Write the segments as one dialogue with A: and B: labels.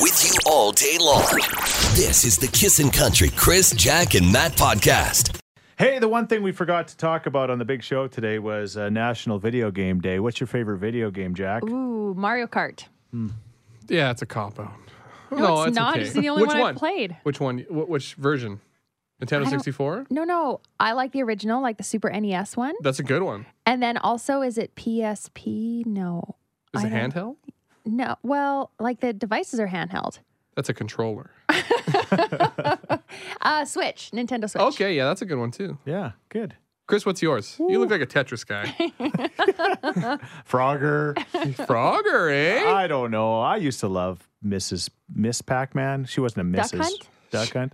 A: with you all day long. This is the Kissin' Country Chris, Jack, and Matt podcast.
B: Hey, the one thing we forgot to talk about on the big show today was uh, National Video Game Day. What's your favorite video game, Jack?
C: Ooh, Mario Kart.
D: Yeah, it's a cop out. No,
C: it's not. It's the only
D: which
C: one I've played.
D: Which one? Wh- which version? Nintendo
C: don't-
D: 64?
C: No, no, I like the original, like the Super NES one.
D: That's a good one.
C: And then also, is it PSP? No.
D: Is
C: I
D: it
C: don't-
D: handheld?
C: No. Well, like the devices are handheld.
D: That's a controller.
C: Uh, Switch, Nintendo Switch.
D: Okay, yeah, that's a good one too.
B: Yeah, good.
D: Chris, what's yours? You look like a Tetris guy.
B: Frogger.
D: Frogger, eh?
B: I don't know. I used to love Mrs. Miss Pac-Man. She wasn't a
C: Duck
B: Mrs.
C: Hunt?
B: Duck Hunt?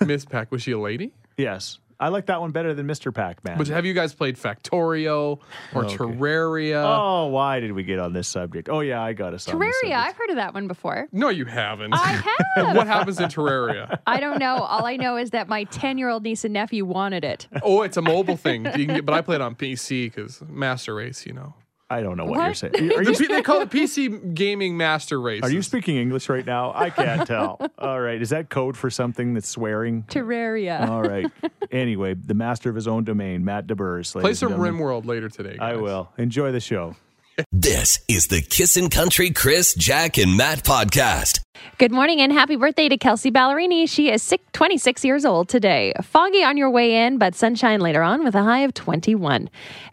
C: Uh,
D: Miss Pac, was she a lady?
B: Yes. I like that one better than Mr. Pac-Man.
D: But uh, have you guys played Factorio or Terraria?
B: oh, why did we get on this subject? Oh yeah, I got us on this
C: Terraria. I've
B: subject.
C: heard of that one before.
D: No, you haven't.
C: I have.
D: what happens in Terraria?
C: I don't know. All I know is that my 10 year old niece and nephew wanted it.
D: Oh, it's a mobile thing. You can get, but I played on PC because Master Race, you know.
B: I don't know what, you're
C: What?
B: saying. Are
D: The
B: you,
D: P- they call it PC gaming Master Race.
B: are you speaking English right now? I can't tell. All right. Is that code for something that's swearing?
C: Terraria.
B: All right. Anyway, the master of his own domain, Matt DeBurs.
D: Play some RimWorld later today.
B: I
D: guys.
B: will. Enjoy the show.
A: This is the Kissin' Country Chris, Jack, and Matt podcast.
C: Good morning and happy birthday to Kelsey Ballerini. She is sick, 26 years old today. Foggy on your way in, but sunshine later on with a high of 21.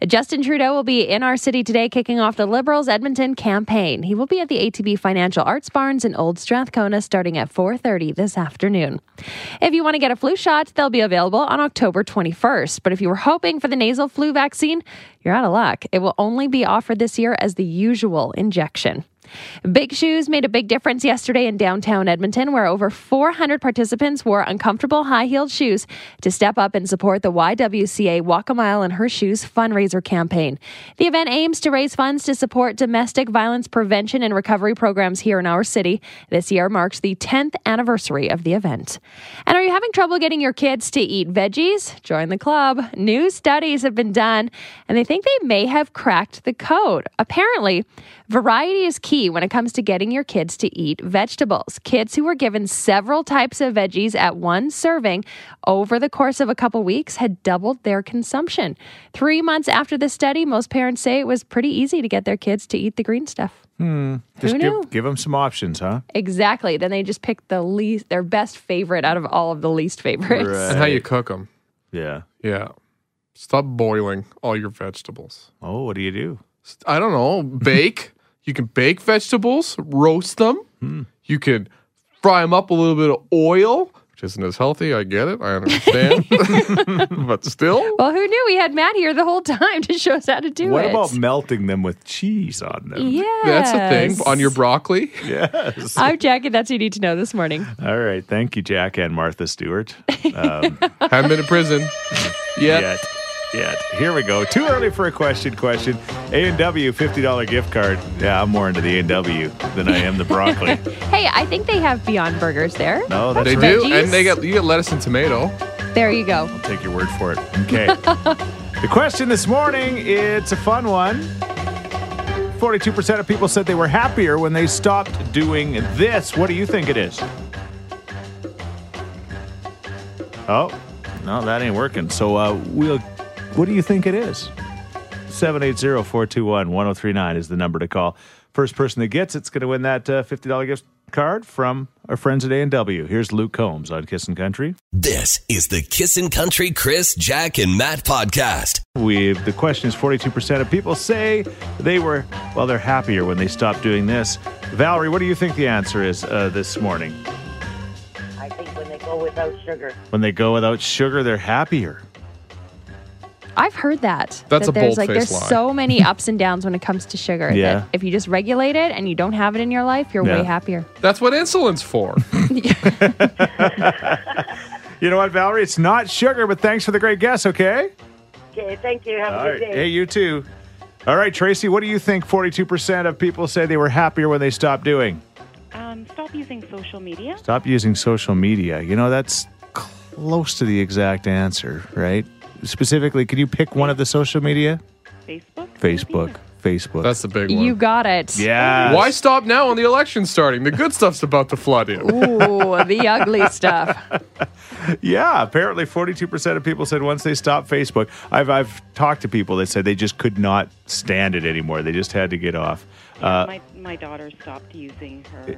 C: Justin Trudeau will be in our city today kicking off the Liberals Edmonton campaign. He will be at the ATB Financial Arts Barns in Old Strathcona starting at 4:30 this afternoon. If you want to get a flu shot, they'll be available on October 21st, but if you were hoping for the nasal flu vaccine, you're out of luck. It will only be offered this year as the usual injection. Big shoes made a big difference yesterday in downtown Edmonton, where over 400 participants wore uncomfortable high heeled shoes to step up and support the YWCA Walk a Mile in Her Shoes fundraiser campaign. The event aims to raise funds to support domestic violence prevention and recovery programs here in our city. This year marks the 10th anniversary of the event. And are you having trouble getting your kids to eat veggies? Join the club. New studies have been done, and they think they may have cracked the code. Apparently, variety is key when it comes to getting your kids to eat vegetables. Kids who were given several types of veggies at one serving over the course of a couple weeks had doubled their consumption. Three months after the study, most parents say it was pretty easy to get their kids to eat the green stuff.
B: Just
C: knew?
B: give, give them some options, huh?
C: Exactly. Then they just picked the least, their best favorite out of all of the least favorites.
B: Right.
D: And how you cook them.
B: Yeah.
D: Yeah. Stop boiling all your vegetables.
B: Oh, what do you do?
D: I don't know. Bake. you can bake vegetables, roast them.
B: Hmm.
D: You can fry them up a little bit of oil, which isn't as healthy. I get it. I understand. but still,
C: Well, who knew we had Matt here the whole time to show us how to do
B: what
C: it?
B: about melting them with cheese on them?
C: Yeah,
D: that's a thing on your broccoli.
B: Yes.
C: I'm Jack, and that's what you need to know this morning.
B: All right. Thank you, Jack and Martha Stewart.
D: Haven't been to prison yet.
B: Yet. Yet. Here we go. Too early for a question question. A&W $50 gift card. Yeah, I'm more into the A&W than I am the broccoli.
C: Hey, I think they have Beyond Burgers there.
B: No, that's
D: They
B: right.
D: do,
C: Veggies.
D: and they get you get lettuce and tomato.
C: There you go.
B: Take your word for it. Okay. the question this morning, it's a fun one. 42% of people said they were happier when they stopped doing this. What do you think it is? Oh, no, that ain't working. So, uh, we'll, what do you think it is? 780 421 1039 is the number to call. First person that gets it's going to win that uh, $50 gift card from our friends at A&W. Here's Luke Combs on Kissin' Country.
A: This is the Kissin' Country Chris, Jack, and Matt podcast.
B: We the question is 42% of people say they were well they're happier when they stopped doing this. Valerie, what do you think the answer is uh, this morning?
E: I think when they go without sugar.
B: When they go without sugar, they're happier.
C: I've heard that.
D: That's
C: that
D: a
C: there's like
D: bold-faced
C: there's
D: lie.
C: so many ups and downs when it comes to sugar.
B: Yeah.
C: That if you just regulate it and you don't have it in your life, you're
B: Yeah.
C: way happier.
D: That's what insulin's for.
B: You know what, Valerie? It's not sugar, but thanks for the great guess. Okay.
E: Okay, thank you. Have
B: All
E: a good
B: right.
E: day.
B: Hey, you too. All right, Tracy. What do you think? 42% of people say they were happier when they stopped doing.
F: Um, stop using social media.
B: Stop using social media. You know that's close to the exact answer, right? Specifically, can you pick one of the social media?
F: Facebook.
B: Facebook.
F: maybe?
B: Facebook.
D: That's the big one.
C: You got it.
B: yeah.
D: Why stop now on the election starting? The good stuff's about to flood in.
C: Ooh, the ugly stuff.
B: Yeah, apparently 42% of people said once they stopped Facebook, I've, I've talked to people that said they just could not stand it anymore. They just had to get off. Uh,
F: my my daughter stopped using her.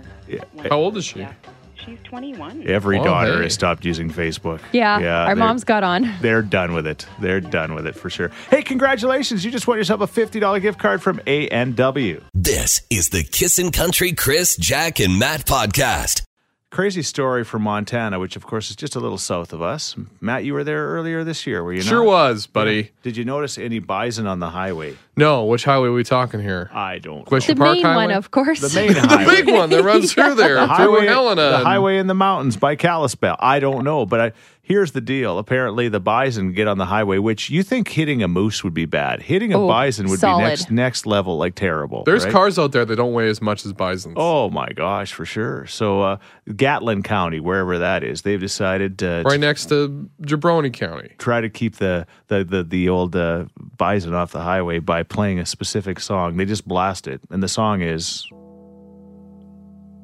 F: when-
D: How old is she?
F: Yeah. She's 21.
B: every
D: Oh,
B: daughter
D: hey.
B: has stopped using Facebook.
C: Yeah,
B: they're-
C: our moms got on.
B: They're done with it. They're done with it for sure. Hey, congratulations. You just won yourself a $50 gift card from A&W.
A: This is the Kissin' Country Chris, Jack, and Matt podcast.
B: Crazy story from Montana, which of course is just a little south of us. Matt, you were there earlier this year, were you
D: Sure
B: not?
D: was, buddy.
B: Did you notice any bison on the highway?
D: No, which highway are we talking here?
B: I don't. know.
D: Glacier
C: The
D: Park
C: main
D: Highway?
C: one, of course.
B: Uh, The main
D: The
B: highway.
D: big one that runs through there,
B: the
D: through
B: highway,
D: Helena.
B: the
D: and-
B: highway in the mountains by Kalispell. I don't know, but I, here's the deal. Apparently, the bison get on the highway, which you think hitting a moose would be bad. Hitting a
C: Oh,
B: bison would
C: solid.
B: be next next level, like terrible.
D: There's
B: right?
D: cars out there that don't weigh as much as bisons.
B: Oh my gosh, for sure. So uh, Gatlin County, wherever that is, they've decided uh,
D: Right
B: to
D: next to Jabroni County.
B: try to keep the the the, the old uh, bison off the highway by playing a specific song. They just blast it, and the song is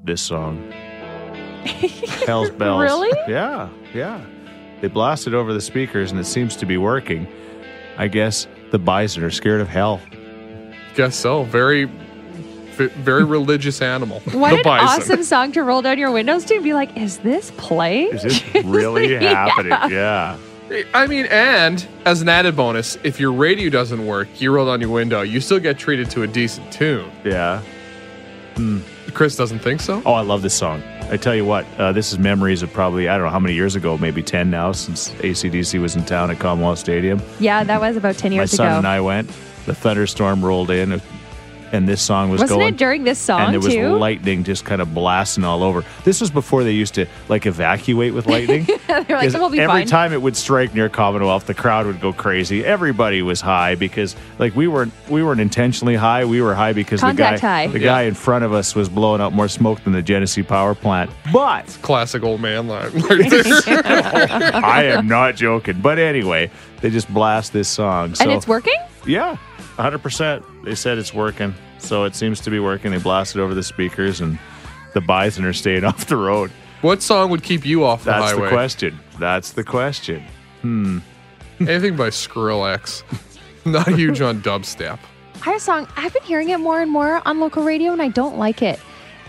B: this song. Hell's bells.
C: Really?
B: Yeah, yeah. They blast it over the speakers, and it seems to be working. I guess the bison are scared of hell.
D: Guess so. Very, v- very religious animal.
C: What
D: the
C: an
D: bison.
C: awesome song to roll down your windows to and be like, is this playing?
B: Is it really happening? Yeah.
D: I mean, and as an added bonus, if your radio doesn't work, you roll down your window, you still get treated to a decent tune.
B: Yeah.
D: Chris doesn't think so.
B: Oh, I love this song. I tell you what, uh, this is memories of probably, I don't know how many years ago, maybe 10 now, since ACDC was in town at Commonwealth Stadium.
C: Yeah, that was about 10
B: My
C: years
B: son
C: ago.
B: and I went. The thunderstorm rolled in, and this song was
C: Wasn't
B: going.
C: it during this song,
B: and there was
C: too?
B: lightning just kind of blasting all over. This was before they used to like evacuate with lightning.
C: They're
B: 'Cause
C: like, we'll be
B: every
C: fine.
B: time it would strike near Commonwealth, the crowd would go crazy. Everybody was high because like we weren't we weren't intentionally high. We were high because
C: Contact
B: the guy
C: high.
B: the guy in front of us was blowing up more smoke than the Genesee power plant. But
D: Classic old man line. Right there.
B: I am not joking. But anyway, they just blast this song. So
C: and it's working?
B: yeah, 100%. They said it's working. So it seems to be working. They blasted over the speakers and the bison are staying off the road.
D: what song would keep you off the
B: That's
D: highway?
B: the question. That's the question.
D: Anything by Skrillex. Not huge on dubstep.
C: I have a song. I've been hearing it more and more on local radio, and I don't like it.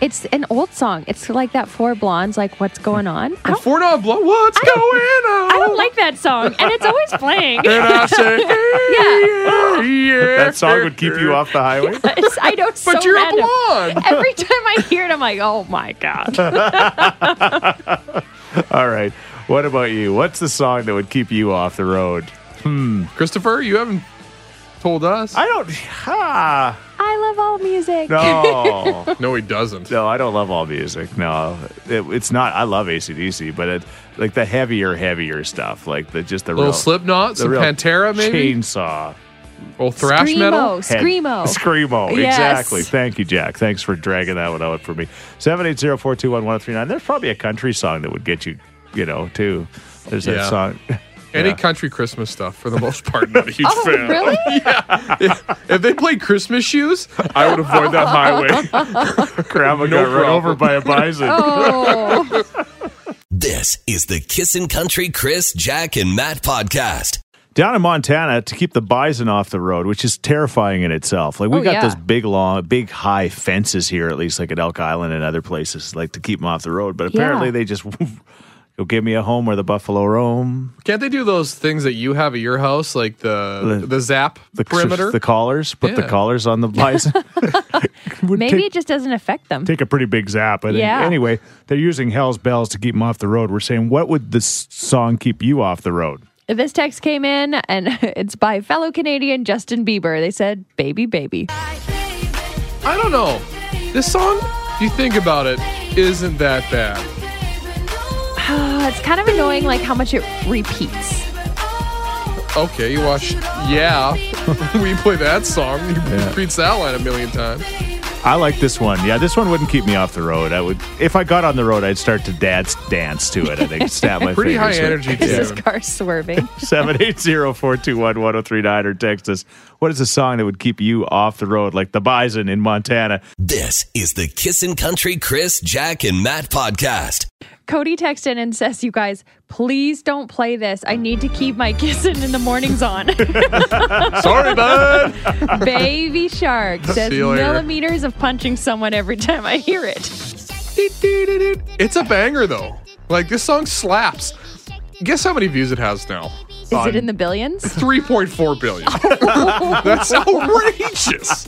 C: It's an old song. It's like that Four Blondes, like What's Going On. I don't,
D: Four not blow. What's going on?
C: I don't like that song, and it's always playing.
D: And I say,
C: yeah,
D: yeah.
B: That song would keep you off the highway?
C: It's- I know. It's
D: But
C: so
D: you're
C: random.
D: a blonde.
C: Every time I hear it, I'm like, oh my god.
B: All right. What about you? What's the song that would keep you off the road?
D: Christopher, you haven't told us.
B: I don't. Ha!
C: I love all music.
B: No.
D: no, he doesn't.
B: No, I don't love all music. No, it, it's not. I love ACDC, but it, like the heavier, heavier stuff, like the just the
D: Little
B: real
D: Slipknot,
B: the
D: some
B: real
D: Pantera, maybe.
B: chainsaw,
D: Old thrash
C: Screamo,
D: metal.
B: head-
C: screamo.
B: screamo.
C: Yes.
B: Exactly. Thank you, Jack. Thanks for dragging that one out for me. Seven eight zero four two one one three nine. There's probably a country song that would get you, you know, too. There's that
D: Yeah.
B: song.
D: Any
B: Yeah.
D: country Christmas stuff, for the most part, not a huge
C: oh
D: fan.
C: really?
D: If they played Christmas shoes, I would avoid that highway.
B: Grandma got run
D: problem.
B: over by a bison.
C: Oh,
A: This is the Kissin' Country Chris, Jack, and Matt podcast.
B: down in Montana to keep the bison off the road, which is terrifying in itself. Like we
C: Oh,
B: got
C: yeah.
B: those big, long, big, high fences here, at least like at Elk Island and other places, like to keep them off the road. But
C: Yeah.
B: apparently they just go give me a home where the buffalo roam.
D: Can't they do those things that you have at your house, like the
B: The-
D: the, zap
B: The
D: perimeter?
B: the collars, put the
D: Yeah.
B: collars on the bison. Would
C: maybe
B: take,
C: it just doesn't affect them.
B: take a pretty big zap. I think.
C: Yeah.
B: Anyway, they're using Hell's Bells to keep them off the road. We're saying, what would this song keep you off the road?
C: This text came in, and it's by fellow Canadian Justin Bieber. They said, "Baby, baby."
D: I don't know. This song, if you think about it, isn't that bad.
C: Ah, it's kind of annoying, like how much it repeats.
D: Okay, you watch. Yeah, we play that song. He repeats that line a million times.
B: I like this one. Yeah, this one wouldn't keep me off the road. I would, if I got on the road, I'd start to dance, dance to it. I think snap my
D: Pretty high
B: fingers.
D: energy
C: This is
D: tune.
C: car swerving.
B: Seven eight zero four two one one zero three nine or text us. What is a song that would keep you off the road, like the Bison in Montana?
A: This is the Kissin' Country Chris, Jack, and Matt podcast.
C: Cody texts in and says, You guys, please don't play this. I need to keep my kissing in the mornings on.
D: Sorry, bud.
C: Baby Shark says
D: you later.
C: millimeters of punching someone every time I hear it.
D: It's a banger though. Like this song slaps. Guess how many views it has now?
C: Is it in the billions?
D: 3.4 billion. That's outrageous.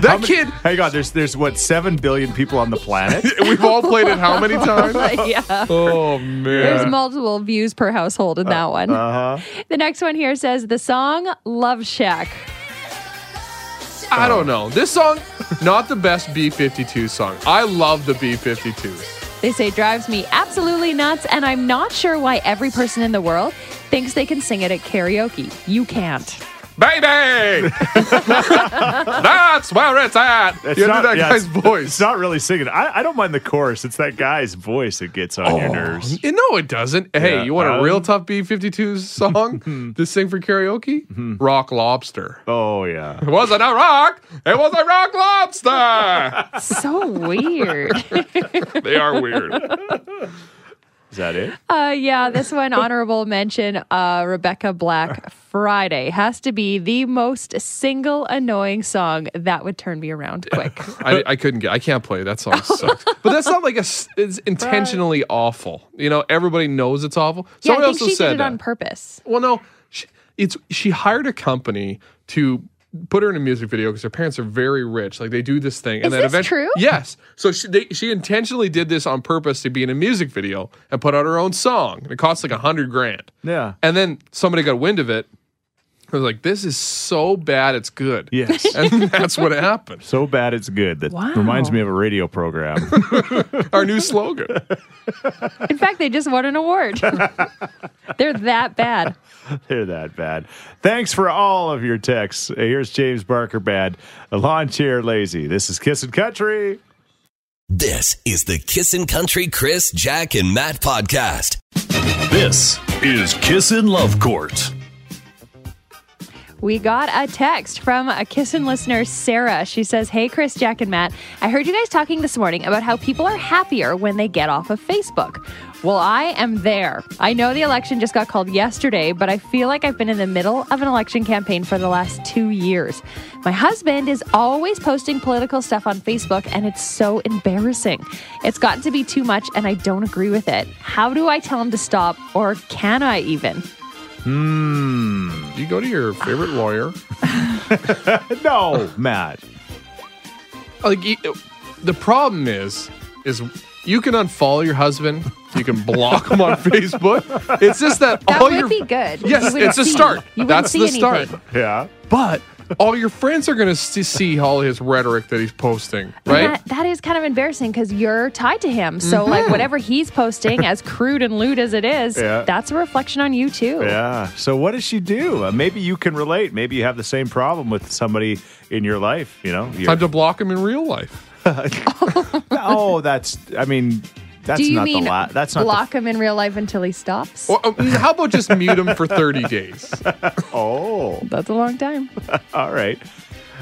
D: That kid,
B: Hang on, there's there's what seven billion people on the planet.
D: we've all played it how many times?
C: yeah.
D: Oh man.
C: There's multiple views per household in that one. The next one here says the song Love Shack.
D: I
B: Um,
D: don't know. This song, not the best B52 song. I love the B52s.
C: They say drives me absolutely nuts, and I'm not sure why every person in the world thinks they can sing it at karaoke. You can't.
D: Baby! That's where it's at. you
B: not-
D: hear that
B: yeah,
D: guy's
B: it's-
D: voice.
B: It's not really singing. I, I don't mind the chorus. It's that guy's voice that gets on your nerves.
D: You know it doesn't. Hey,
B: Yeah, Hmm.
D: you want
B: um,
D: a real tough B52 song to sing for karaoke?
B: Hmm.
D: Rock Lobster.
B: Oh yeah.
D: It wasn't a rock. It was a rock lobster.
C: So weird.
D: they are weird.
B: Is that it?
C: Uh, yeah, this one honorable mention. Uh, Rebecca Black Friday has to be the most single annoying song that would turn me around quick.
D: I, I couldn't get. I can't play that song. Sucks. but that's not like a. s- It's intentionally awful. You know, everybody knows it's awful.
C: yeah,
D: Somebody
C: I think
D: else has
C: she
D: said uh,
C: did it
D: that.
C: on purpose.
D: Well, no, she, it's she hired a company to put her in a music video because her parents are very rich. Like they do this thing, and
C: Is
D: then
C: this
D: event-
C: true?
D: Yes. So she they, she intentionally did this on purpose to be in a music video and put out her own song, and it cost like a hundred grand.
B: Yeah.
D: And then somebody got wind of it. I was like, "This is so bad, it's good."
B: Yes.
D: and that's what happened.
B: So bad it's good. That
C: Wow.
B: reminds me of a radio program.
D: Our new slogan.
C: In fact, they just won an award. They're that bad.
B: They're that bad. Thanks for all of your texts. Uh, Here's James Barker Bad. A lawn chair lazy. This is Kissin' Country.
A: This is the Kissin' Country Chris, Jack, and Matt podcast.
G: This is Kissin' Love Court.
C: We got a text from a Kissin' listener, Sarah. She says, Hey, Chris, Jack, and Matt. I heard you guys talking this morning about how people are happier when they get off of Facebook. Well, I am there. I know the election just got called yesterday, but I feel like I've been in the middle of an election campaign for the last two years. My husband is always posting political stuff on Facebook, and it's so embarrassing. It's gotten to be too much, and I don't agree with it. How do I tell him to stop, or can I even?
D: You go to your favorite lawyer.
B: No, Matt.
D: like you- the problem is is you can unfollow your husband you can block him on facebook it's just that,
C: That
D: all
B: Oh,
C: would
D: your
C: be good. You
D: yes
C: wouldn't
D: it's a
C: see-
D: start
C: you wouldn't
D: that's
C: see
D: the
C: anything.
D: start
B: Yeah.
D: but all your friends are going to see all his rhetoric that he's posting right
C: That, that is kind of embarrassing because you're tied to him. So, like, whatever he's posting, as crude and lewd as it is,
B: Mm-hmm. Yeah.
C: that's a reflection on you, too.
B: Yeah. So what does she do? Uh, maybe you can relate. Maybe you have the same problem with somebody in your life, you know? You're-
D: time to block him in real life
B: oh, that's I mean that's
C: Do you
B: not
C: mean
B: the la- that's not
C: block him in real life until he stops?
D: or, um, how about just mute him for 30 days
B: the Oh.
C: that's a long time.
B: All right.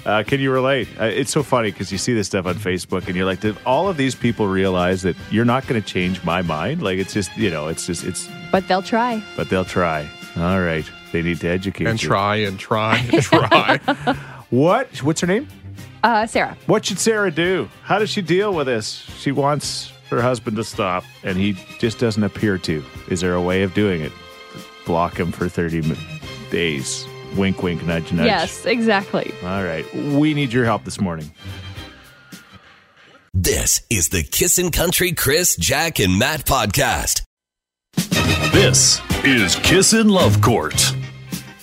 B: Uh, can you relate? Uh, it's so funny because you see this stuff on Facebook and you're like, did all of these people realize that you're not going to change my mind? Like, it's just, you know, it's just, it's,
C: But they'll try.
B: but they'll try. All right. They need to educate
D: and
B: you.
D: try and try and try
B: What? What's her name?
C: Uh, Sarah,
B: What should Sarah do? How does she deal with this? She wants her husband to stop and he just doesn't appear to. Is there a way of doing it? Block him for 30 mi- days. Wink, wink, nudge, nudge.
C: yes, exactly.
B: All right. We need your help this morning.
A: This is the Kissin' Country Chris, Jack, and Matt podcast.
G: This is Kissin' Love Court.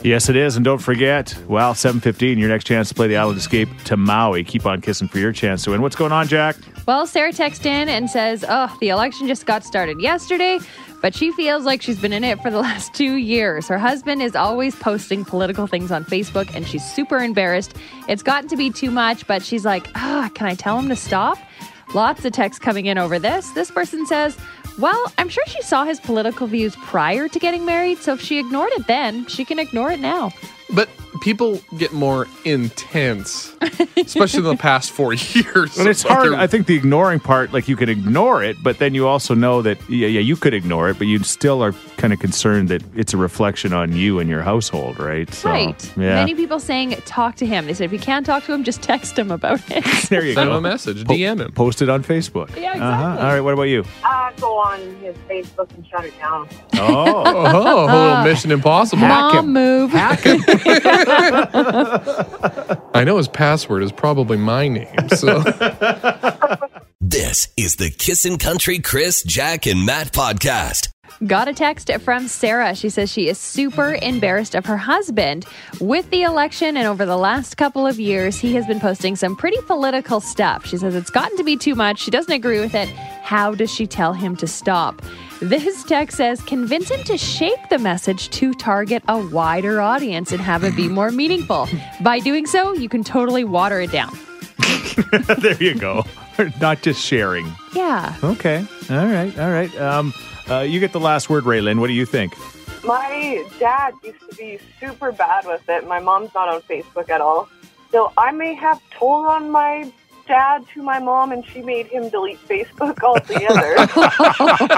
B: Yes, it is. And don't forget, well, 7.15, your next chance to play the Island Escape to Maui. Keep on kissing for your chance to win. What's going on, Jack?
C: Well, Sarah texts in and says, Oh, the election just got started yesterday, but she feels like she's been in it for the last two years. Her husband is always posting political things on Facebook and she's super embarrassed. It's gotten to be too much, but she's like, Ah, can I tell him to stop? Lots of texts coming in over this. This person says, Well, I'm sure she saw his political views prior to getting married, so if she ignored it then, she can ignore it now.
D: But people get more intense, especially in the past four years.
B: But it's hard.
D: They're-
B: I think the ignoring part, like you can ignore it, but then you also know that yeah, yeah, you could ignore it, but you still are kind of concerned that it's a reflection on you and your household, right? So,
C: right.
B: Oh, Yeah.
C: Many people saying, Talk to him. They said, If you can't talk to him, just text him about it.
B: there you
D: Send him
B: go.
D: a message. DM him.
B: Post it on Facebook. Uh-huh.
C: Yeah, exactly.
B: All right. What about you?
E: Uh, go on his Facebook and shut it down.
B: Oh,
D: Oh, a little Mission Impossible.
B: Hack
C: Mom
B: him.
C: move.
D: I know his password is probably my name. So
A: This is the Kissin' Country Chris, Jack, and Matt podcast.
C: Got a text from Sarah. She says she is super embarrassed of her husband. With the election and over the last couple of years, he has been posting some pretty political stuff. She says it's gotten to be too much. She doesn't agree with it. How does she tell him to stop? This text says convince him to shape the message to target a wider audience and have it be more meaningful. By doing so, you can totally water it down.
B: there you go. Not just sharing.
C: Yeah.
B: Okay. All right. All right. Um, uh, you get the last word, Raylan. What do you think?
H: My dad used to be super bad with it. My mom's not on Facebook at all. So I may have told on my dad to my mom, and she made him delete Facebook altogether.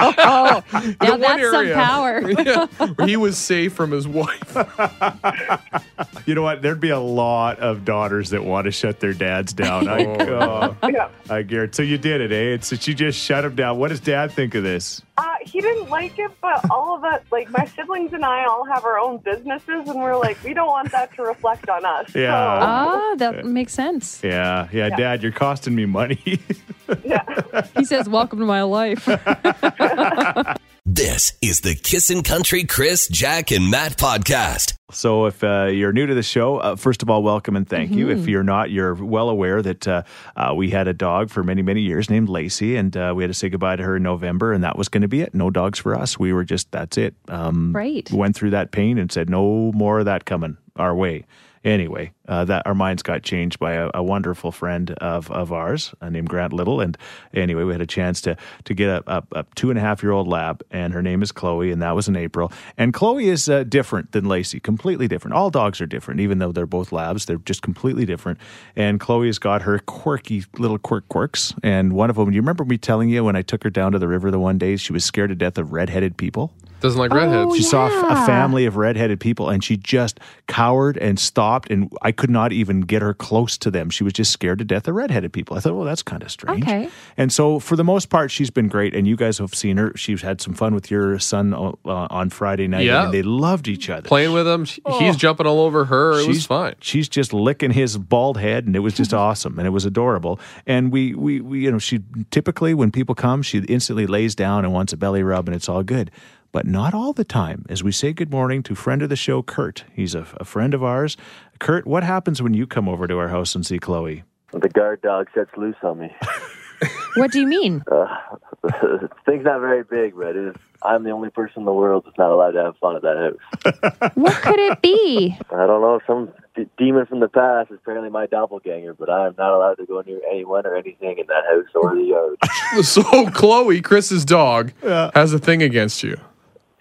C: Oh, now
D: one
C: that's some
D: area.
C: power.
D: yeah, he was safe from his wife.
B: You know what? There'd be a lot of daughters that want to shut their dads down. I,
D: Oh.
H: yeah.
B: I guarantee. So you did it, eh? It's, you just shut him down. What does dad think of this?
H: uh, he didn't like it, but all of us, like my siblings and I, all have our own businesses, and we're like, we don't want that to reflect on us.
B: Yeah.
C: Ah, that makes sense.
B: Yeah, yeah, Dad, you're costing me money.
H: So, yeah.
C: He says, Welcome to my life.
A: This is the Kissin' Country Chris, Jack, and Matt podcast.
B: so, if uh, you're new to the show, uh, first of all, welcome and thank you. If you're not, you're well aware that uh, uh, we had a dog for many, many years named Lacey, and uh, we had to say goodbye to her in November, and that was going to be it. No dogs for us. We were just, that's it. Um,
C: Right.
B: Went through that pain and said, no more of that coming our way. Anyway, uh, that our minds got changed by a, a wonderful friend of, of ours uh, named Grant Little, and anyway, we had a chance to to get a, a, a two and a half year old lab, and her name is Chloe, and that was in April. And Chloe is uh, different than Lacey, completely different. All dogs are different, even though they're both labs, they're just completely different. And Chloe has got her quirky little quirk quirks, and one of them. Do you remember me telling you when I took her down to the river the one day? She was scared to death of redheaded people.
D: Doesn't like
C: Oh,
D: redheads.
B: She saw a f-
C: yeah.
B: a family of redheaded people and she just cowered and stopped. And I could not even get her close to them. She was just scared to death of redheaded people. I thought, well, that's kind of strange.
C: Okay.
B: And so, for the most part, she's been great. And you guys have seen her. She's had some fun with your son uh, on Friday night.
D: Yeah.
B: And they loved each other.
D: Playing with him, she- he's
C: Oh.
D: jumping all over her. It was
B: She's-
D: fine.
B: She's just licking his bald head, and it was just awesome, and it was adorable. And we, we, we, you know, she typically when people come, she instantly lays down and wants a belly rub, and it's all good. But not all the time. As we say good morning to friend of the show, Kurt. He's a, a friend of ours. Kurt, what happens when you come over to our house and see Chloe?
I: The guard dog sets loose on me.
C: what do you mean?
I: The thing's not very big, but it is, I'm the only person in the world that's not allowed to have fun at that house.
C: What could it be?
I: I don't know if some d- demon from the past is apparently my doppelganger, but I'm not allowed to go near anyone or anything in that house or the yard.
D: So Chloe, Chris's dog, has a thing against you.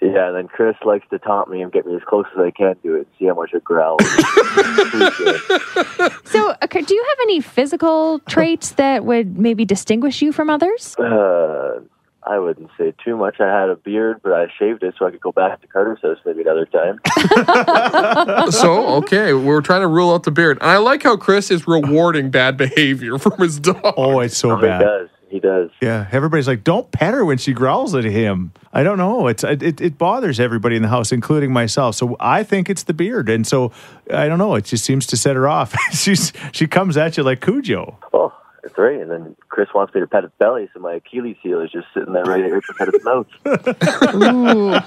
I: yeah, and then Chris likes to taunt me and get me as close as I can to it and see how much it growls. Appreciate it.
C: So, okay, do you have any physical traits that would maybe distinguish you from others?
I: uh, I wouldn't say too much. I had a beard, but I shaved it so I could go back to Carter's house maybe another time.
D: Oh, So okay, we're trying to rule out the beard. And I like how Chris is rewarding bad behavior from his dog.
B: Oh, it's so
I: he
B: bad.
I: does. He does.
B: Yeah, everybody's like, "Don't pet her when she growls at him." I don't know. It's it, it- it bothers everybody in the house, including myself. So I think it's the beard, and so I don't know. It just seems to set her off. She's she comes at you like Cujo.
I: oh, it's right. And then Chris wants me to pet its belly, so my Achilles heel is just sitting there right at pet its mouth.
C: Ooh,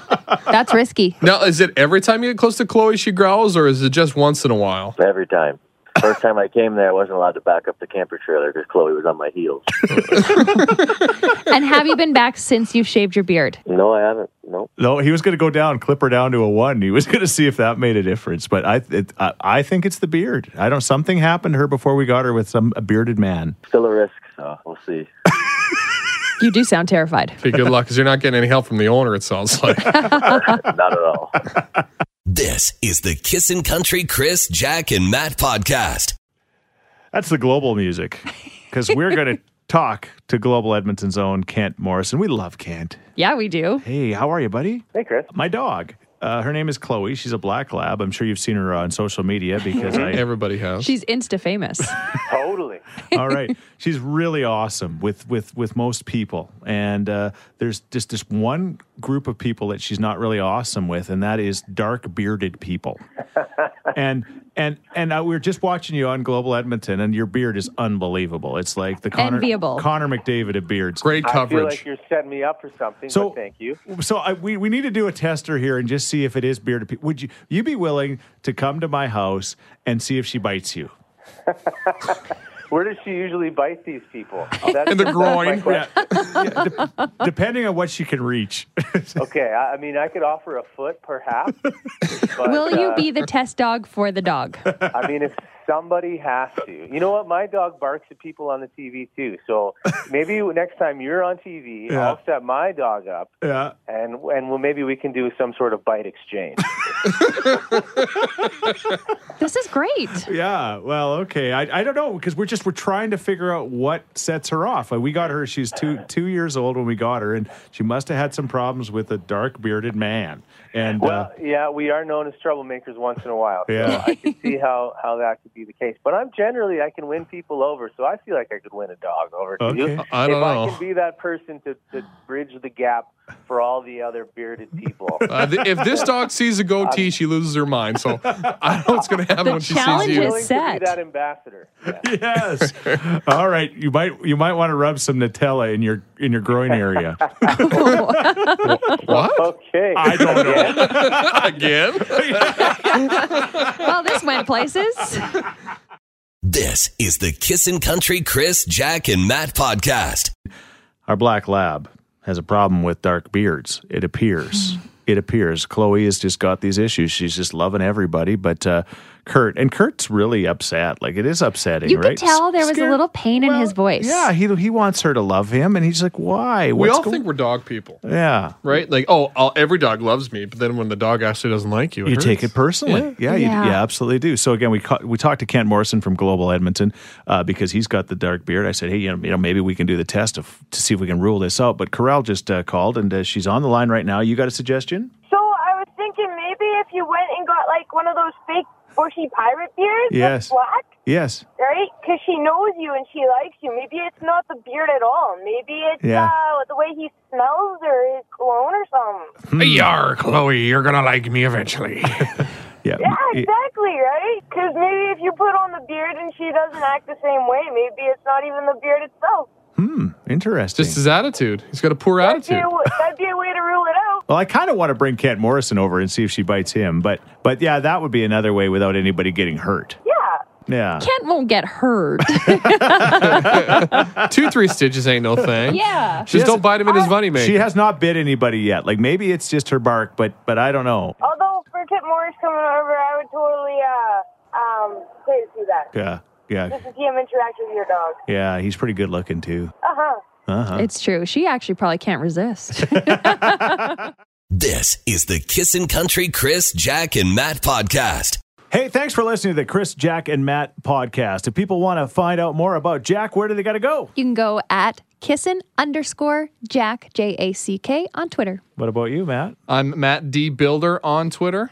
C: that's risky.
D: Now, is it every time you get close to Chloe she growls, or is it just once in a while?
I: Every time. First time I came there, I wasn't allowed to back up the camper trailer because Chloe was on my heels.
C: and have you been back since you've shaved your beard?
I: No, I haven't. No.
B: No, he was going to go down, clip her down to a one. He was going to see if that made a difference. But I, it, I, I think it's the beard. I don't. Something happened to her before we got her with some a bearded man.
I: Still a risk, so we'll see.
C: You do sound terrified.
D: Be good luck because you're not getting any help from the owner, it sounds like.
I: Not at all.
A: This is the Kissin' Country Chris, Jack, and Matt podcast.
B: That's the global music because we're going to talk to Global Edmonton's own Kent Morrison. We love Kent.
C: Yeah, we do.
B: Hey, how are you, buddy?
I: Hey, Chris.
B: My dog. Uh, her name is Chloe. She's a black lab. I'm sure you've seen her uh, on social media because I
D: Everybody has.
C: She's insta famous.
I: Totally.
B: All right, she's really awesome with with with most people, and uh, there's just this one group of people that she's not really awesome with, and that is dark bearded people. and and and uh, we were just watching you on Global Edmonton, and your beard is unbelievable. It's like the Connor
C: Enviable.
B: Connor McDavid of beards.
D: Great coverage.
J: you're setting me up for something.
B: So- but thank
J: you.
B: So I, we we need to do a tester here and just see if it is bearded. pe- Would you you be willing to come to my house and see if she bites you?
J: Where does she usually bite these people?
D: In the groin.
B: Yeah. Yeah, de- depending on what she can reach.
J: Okay, I, I mean, I could offer a foot, perhaps. But,
C: Will you
J: uh,
C: be the test dog for the dog?
J: I mean, if somebody has to. You know what? My dog barks at people on the TV too. So maybe next time you're on TV,
B: Yeah.
J: I'll set my dog up,
B: yeah.
J: and and well, maybe we can do some sort of bite exchange.
C: This is great.
B: Yeah. Well, okay. I, I don't know because we're just we're trying to figure out what sets her off. Like we got her; she's two two years old when we got her, and she must have had some problems with a dark bearded man. And uh,
J: Well, yeah, we are known as troublemakers once in a while. So
B: Yeah.
J: I can see how, how that could be the case. But I'm generally, I can win people over, so I feel like I could win a dog over to you.
B: Okay.
D: I don't
J: if I
D: know.
J: can be that person to, to bridge the gap for all the other bearded people.
D: Uh, th- if this dog sees a goatee, she loses her mind. So I know what's going to happen
C: The
D: when she
C: challenge
D: sees
J: I'm
C: is-
D: you.
J: willing to
C: set.
J: be that ambassador. Yeah.
B: yes. All right. You might you might want to rub some Nutella in your in your groin area.
D: What?
J: Okay.
B: I don't know.
D: Again?
C: Well, this went places.
A: This is the Kissin' Country Chris, Jack, and Matt podcast.
B: Our black lab has a problem with dark beards. It appears.
C: Hmm.
B: It appears. Chloe has just got these issues. She's just loving everybody, but uh, Kurt and Kurt's really upset. Like it is upsetting.
C: You could
B: right?
C: tell there was a little pain in his voice.
B: Yeah, he he wants her to love him, and he's like, "Why?
D: we
B: What's
D: all
B: go-
D: think we're dog people,
B: Yeah,
D: right? Like, oh, all, every dog loves me. But then when the dog actually doesn't like you, it
B: you take
D: hurts.
B: it personally. Yeah, you,
C: Yeah.
B: yeah, absolutely do. So again, we ca- we talked to Kent Morrison from Global Edmonton uh, because he's got the dark beard. I said, hey, you know, you know, maybe we can do the test of, to see if we can rule this out. But Corral just uh, called, and uh, she's on the line right now. You got a suggestion?
E: So I was thinking maybe if you went and got like one of those fake bushy pirate beards,
B: Yes.
E: that's black,
B: Yes.
E: right? Because she knows you and she likes you. Maybe it's not the beard at all. Maybe it's
B: Yeah.
E: uh, the way he smells or his cologne or something.
B: Hmm.
G: Yar, Chloe, you're gonna like me eventually.
B: Yeah.
E: Yeah,
B: It-
E: exactly, right? Because maybe if you put on the beard and she doesn't act the same way, maybe it's not even the beard itself.
B: Interesting.
D: Just his attitude. He's got a poor
E: That'd be,
D: attitude.
E: a, that'd be a way to rule it out.
B: well, I kind of want to bring Kent Morrison over and see if she bites him, but but yeah, that would be another way without anybody getting hurt.
E: Yeah.
B: Yeah.
C: Kent won't get hurt.
D: Two, three stitches ain't no thing.
C: yeah.
D: Just don't bite him in his money, man.
B: She has not bit anybody yet. Like maybe it's just her bark, but but I don't know.
E: Although for Kit Morris coming over, I would totally uh um pay to see that.
B: Yeah, yeah,
E: Just to see him interact with your dog.
B: yeah. He's pretty good looking too.
E: Uh huh.
C: Uh-huh. It's true. She actually probably can't resist.
A: This is the Kissin' Country Chris, Jack, and Matt podcast.
B: Hey, thanks for listening to the Chris, Jack, and Matt podcast. If people want to find out more about Jack, where do they got to go?
C: you can go at kissin underscore Jack, J A C K, on Twitter.
B: What about you, Matt?
D: I'm Matt D. Builder on Twitter.